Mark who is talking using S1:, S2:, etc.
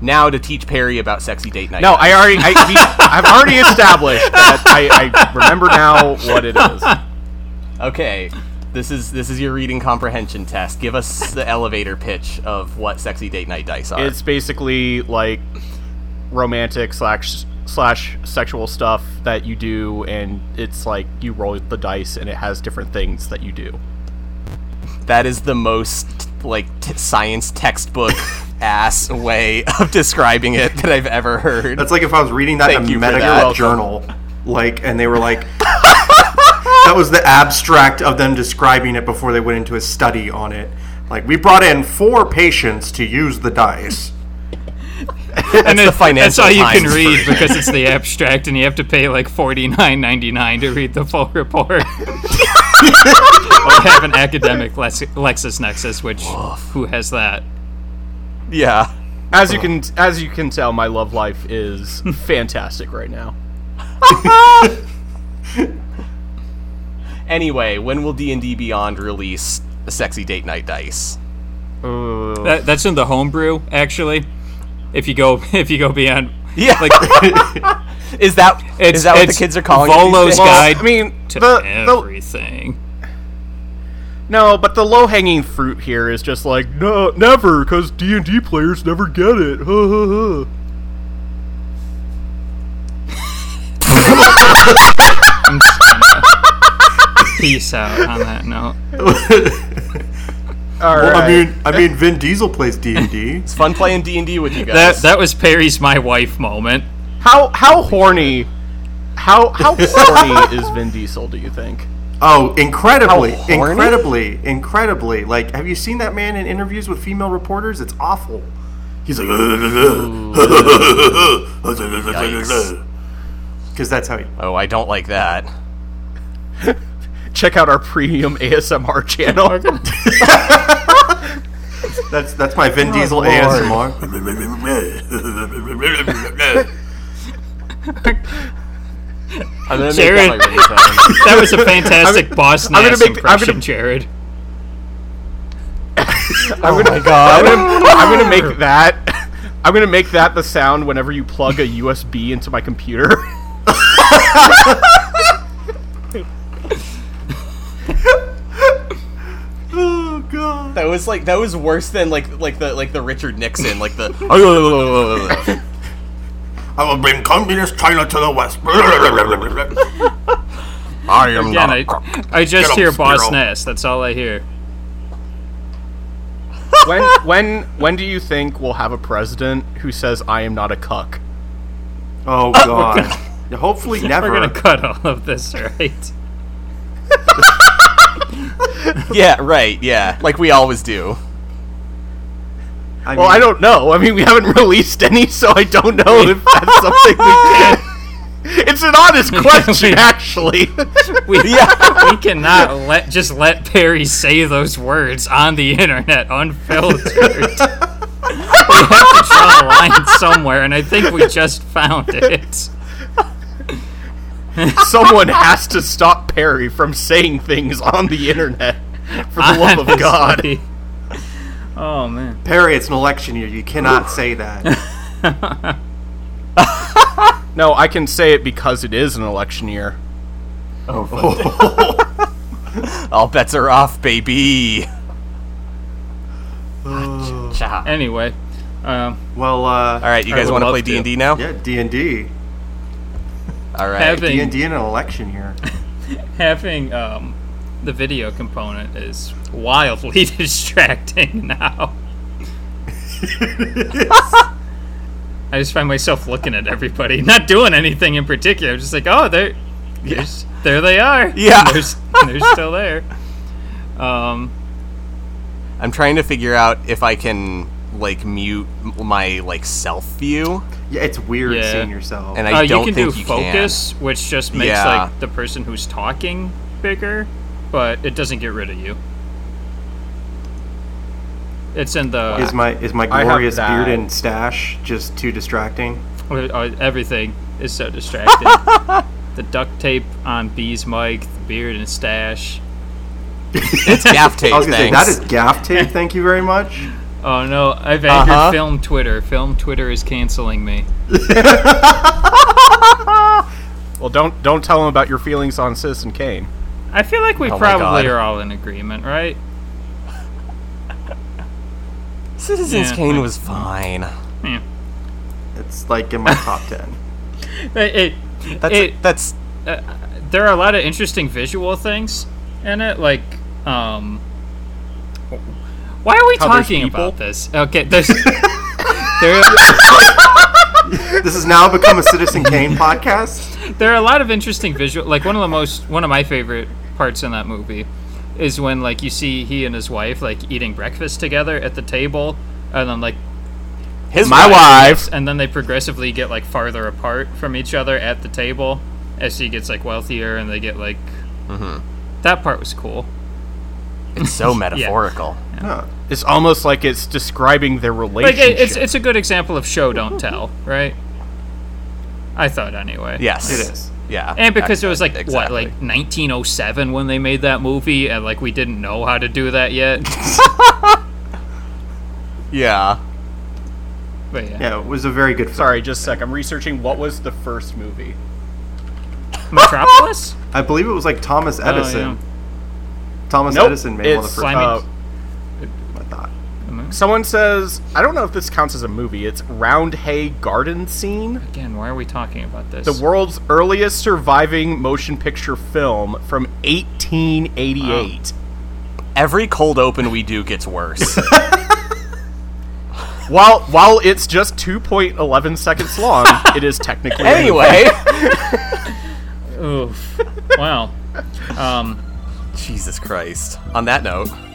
S1: now to teach Perry about sexy date night.
S2: No, I already. I, we, I've already established that I, I remember now what it is.
S1: Okay. This is this is your reading comprehension test. Give us the elevator pitch of what sexy date night dice are.
S2: It's basically like romantic slash slash sexual stuff that you do, and it's like you roll the dice, and it has different things that you do.
S1: that is the most like t- science textbook ass way of describing it that I've ever heard.
S3: That's like if I was reading that
S1: Thank
S3: in
S1: you
S3: a
S1: for
S3: medical
S1: that.
S3: journal, like, and they were like, that was the abstract of them describing it before they went into a study on it. Like, we brought in four patients to use the dice.
S4: and
S1: the
S4: it- That's
S1: Financial
S4: all you can
S1: Times
S4: read because it's the abstract, and you have to pay like forty nine ninety nine to read the full report. or have an academic Lex- LexisNexis, which who has that?
S1: yeah.
S2: As you can as you can tell, my love life is fantastic right now.
S1: Anyway, when will D&D Beyond release a sexy date night dice?
S2: Ooh.
S4: that? That's in the homebrew, actually. If you go, if you go beyond,
S1: Yeah.
S4: like
S1: Is that
S4: it's
S1: is that what the
S4: it's
S1: kids are calling it?
S4: Volo's
S1: these days?
S4: guide
S2: I mean,
S4: to
S2: the, the
S4: everything.
S2: no, but the low hanging fruit here is just like no, never, because D and D players never get it. Ha, ha, ha.
S4: I'm just gonna peace out on that note.
S2: All right.
S3: Well, I mean, I mean, Vin Diesel plays D and D.
S1: It's fun playing D&D with you
S4: That
S1: guys.
S4: that was Perry's my wife moment.
S2: How how horny how how horny is Vin Diesel, do you think?
S3: Oh, incredibly,
S1: How horny?
S3: incredibly, incredibly! Like, have you seen that man in interviews with female reporters? It's awful. He's like,
S1: Yikes.
S3: because that's how he.
S1: oh, I don't like that.
S2: Check out our premium ASMR channel.
S3: That's that's my Vin Diesel ASMR.
S1: I'm going to make
S4: Jared.
S1: that my ringtone.
S4: That was a fantastic boss
S2: gonna
S4: Nass
S2: make- I'm
S4: impression,
S2: gonna-
S4: Jared.
S2: I'm gonna,
S1: God.
S2: I'm gonna, I'm gonna make that I'm gonna make that the sound whenever you plug a USB into my computer.
S3: Oh god.
S1: That was like that was worse than like like the like the Richard Nixon like the
S3: I will bring communist China to the west.
S1: I am
S4: Again, I, I just
S3: Get 'em,
S4: hear boss
S3: Spiro.
S4: Nass. That's all I hear.
S2: when when when do you think we'll have a president who says I am not a cuck?
S3: oh god. Hopefully never.
S4: We're gonna cut all of this, right?
S1: Yeah, right. Yeah. Like we always do.
S3: I
S2: Well, I
S3: mean,
S2: don't know. I mean, we haven't released any, so I don't know if that's something we can. It's an honest question, actually.
S4: We, we cannot let just let Perry say those words on the internet unfiltered. we have to draw a line somewhere, and I think we just found it.
S2: Someone has to stop Perry from saying things on the internet. For the love of God.
S4: Honestly. Oh man.
S3: Perry, it's an election year. You cannot say that.
S2: No, I can say it because it is an election year.
S1: All bets are off, baby. Cha.
S4: Anyway, um,
S3: Well, uh,
S1: All right, you
S4: I
S1: guys
S4: would
S1: want to
S4: love
S1: play
S4: to.
S1: D and D now?
S3: yeah, D and D,
S1: All right.
S3: D and
S4: having
S3: D in an election year.
S4: having um, the video component is wildly distracting now. I just find myself looking at everybody, not doing anything in particular. Just like, oh, there, there's, there they are.
S1: Yeah.
S4: they're, s- they're still there. Um,
S1: I'm trying to figure out if I can like mute m- my like self view,
S3: Yeah, it's weird
S4: Yeah.
S3: seeing yourself.
S1: and
S4: uh,
S1: I
S4: you
S1: don't
S4: can do
S1: think you
S4: focus, which just makes
S1: Yeah.
S4: like the person who's talking bigger, but it doesn't get rid of you. It's in the
S3: is my is my
S2: I have
S3: glorious
S2: that.
S3: beard and stash just too distracting?
S4: Well, uh, everything is so distracting. the duct tape on B's mic, the beard and stash.
S1: can. It's gaff tape.
S3: I was gonna
S1: thanks.
S3: say that is gaff tape. Thank you very much.
S4: Oh no, I've angered
S1: Uh-huh.
S4: film Twitter. Film Twitter is canceling me.
S2: Well, don't don't tell him about your feelings on Citizen Kane.
S4: I feel like we
S1: Oh my
S4: probably
S1: God.
S4: are all in agreement, right?
S1: Citizens
S4: Yeah.
S1: Kane was fine.
S4: Yeah.
S3: It's like in my top ten.
S4: It, it,
S1: That's
S4: it, uh,
S1: that's
S4: there are a lot of interesting visual things in it, like um. Why are we
S2: How there's
S4: talking
S2: people?
S4: about this? Okay, there's there,
S3: This has now become a Citizen Kane podcast.
S4: there are a lot of interesting visual. Like one of the most one of my favorite parts in that movie is when like you see he and his wife like eating breakfast together at the table, and then like
S1: his
S2: My wife.
S4: and then they progressively get like farther apart from each other at the table as he gets like wealthier and they get like that part was cool
S1: It's so metaphorical.
S3: Huh.
S2: It's almost like it's describing their
S4: like
S2: relationship.
S4: it, it's it's a good example of show don't tell right i thought anyway
S1: Yes,
S3: It is.
S1: Yeah,
S4: and because it was like what
S1: exactly.
S4: like 1907 when they made that movie and like we didn't know how to do that yet
S1: yeah.
S4: but yeah,
S3: Yeah, it was a very good. Film.
S2: Sorry, just a sec. I'm researching what was the first movie.
S4: metropolis
S3: I believe it was like Thomas
S4: yeah.
S3: Edison. Thomas
S2: Oh, Nope,
S3: Edison made one of
S2: it's
S3: the first.
S4: Simon-
S2: uh,
S3: I thought.
S2: someone says I don't know if this counts as a movie. It's Round Hay Garden Scene.
S4: again why are we talking about this
S2: the world's earliest surviving motion picture film from 1888.
S1: Every cold open we do gets worse.
S2: While while it's just 2.11 seconds long, it is technically a
S1: anyway,
S4: Oof. um, wow um
S1: Jesus Christ. On that note.